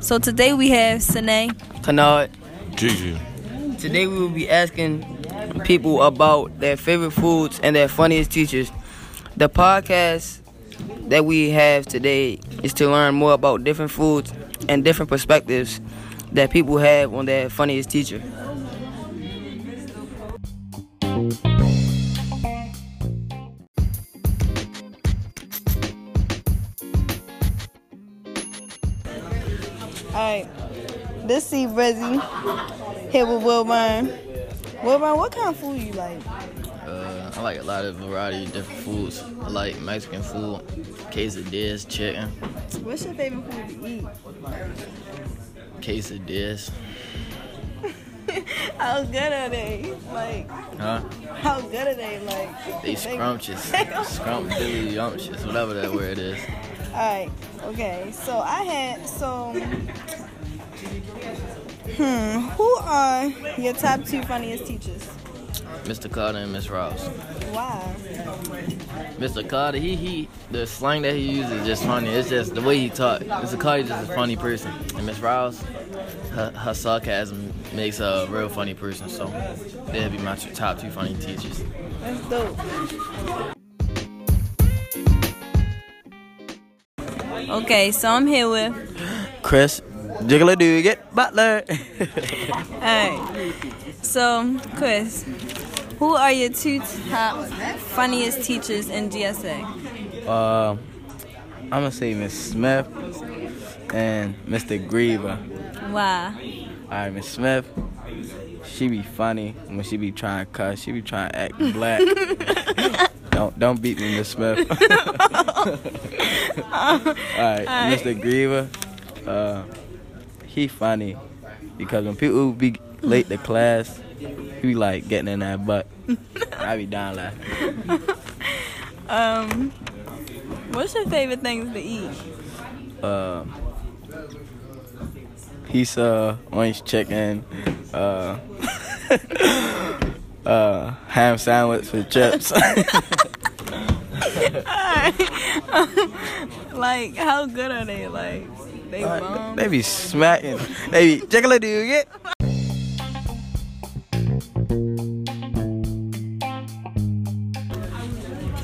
So today we have Sine. Canard. Gigi. Today we will be asking people about their favorite foods and their funniest teachers. The podcast that we have today is to learn more about different foods and different perspectives that people have on their funniest teacher. All right. This is Brizzy here with Wilburn. Wilburn, what kind of food you like? I like a lot of variety of different foods. I like Mexican food, quesadillas, chicken, What's your favorite food to eat? quesadillas. How good are they? Like, Huh? how good are they? Like, They scrumptious. Scrumptious, whatever that word is. All right. Okay. So I had so. Hmm. Who are your top two funniest teachers? Mr. Carter and Miss Ross. Why? Mr. Carter, he he the slang that he uses is just funny. It's just the way he talk. Mr. Carter is just a funny person. And Miss Rouse, her, her sarcasm makes her a real funny person. So they'll be my two- top two funny teachers. That's dope. Okay, so I'm here with. Chris, jiggler do you get butler? Alright. So, Chris, who are your two top funniest teachers in GSA? Uh, I'm gonna say Miss Smith and Mr. Griever. Why? All right, Miss Smith, she be funny when she be trying to cuss. She be trying to act black. don't don't beat me, Miss Smith. All right, Mr. Griever, uh, he funny because when people be late to class, he be like getting in that butt. I be down laughing. Um, what's your favorite things to eat? uh, pizza, uh, orange chicken, uh, uh, ham sandwich with chips. Like, how good are they? Like, they bomb. they be smacking. They be jiggling, do you get?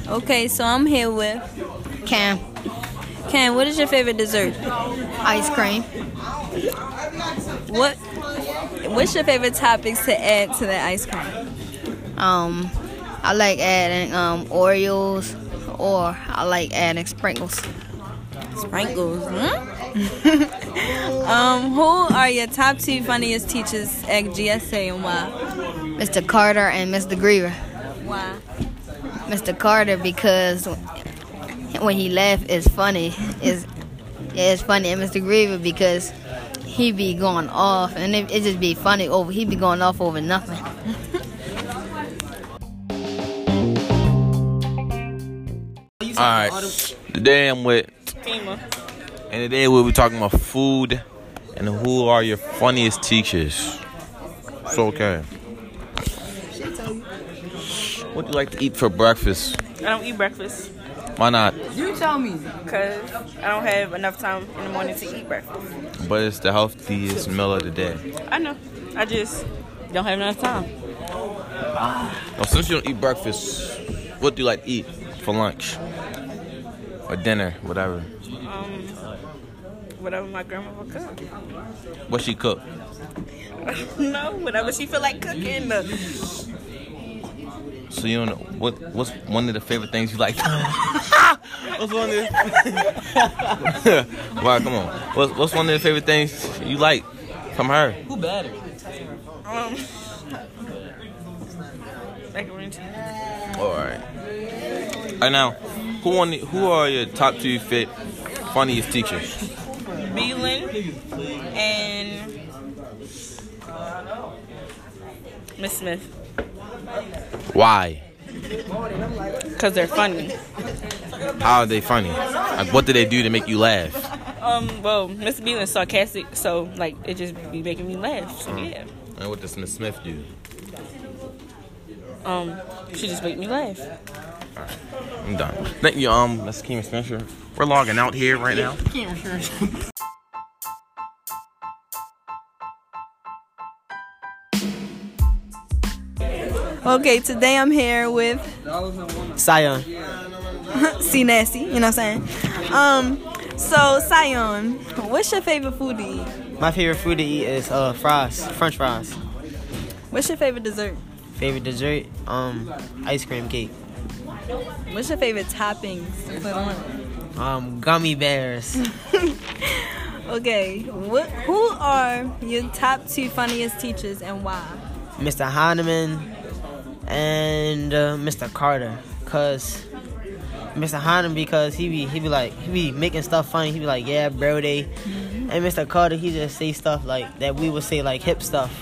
Okay, so I'm here with. Cam, Ken, what is your favorite dessert? ice cream, What? What's your favorite topics to add to that ice cream? um, I like adding um Oreos, or I like adding sprinkles. Sprinkles. Hmm? um, who are your top two funniest teachers at GSA and why? Mr. Carter and Mr. Greer. Why? Mr. Carter because when he laugh it's funny. It's yeah, it's funny. And Mr. Griever because he be going off and it, it just be funny over. He be going off over nothing. All right. Today I'm with. And today we'll be talking about food and who are your funniest teachers. So okay. What do you like to eat for breakfast? I don't eat breakfast Why not? because I don't have enough time in the morning to eat breakfast. But it's the healthiest meal of the day. I know. I just don't have enough time. Now, since you don't eat breakfast, what do you like to eat for lunch or dinner, whatever? Whatever my grandmother cook. What she cook? no, whatever she feel like cooking. So you don't know what what's one of the favorite things you like. what's one of the Wow, come on. What's what's one of the favorite things you like from her? Um, macaroni cheese. All right. All right now, who on the, who are your top two fit funniest teachers? Beelan and uh, Miss Smith Why? because they're funny. How are they funny? Like what do they do to make you laugh? Um, well, Miss Beelan's sarcastic, so like it just be making me laugh. So yeah, And what does Miss Smith do? um, she just make me laugh. I'm done. Thank you. Um, that's Keem and Spencer. We're logging out here right now. Okay, today I'm here with Sion. C Nasty, you know what I'm saying? Um, so Sion, what's your favorite food to eat? My favorite food to eat is uh fries, French fries. What's your favorite dessert? Favorite dessert, um, ice cream cake. What's your favorite toppings to put on? Um, gummy bears. Okay, what, who are your top two funniest teachers and why? Mr. Hahnemann and uh, Mr. Carter. Cause Mr. Hahnemann because he be he be like he be making stuff funny. He be like, yeah, bro, they. And Mr. Carter he just say stuff like that we would say like hip stuff.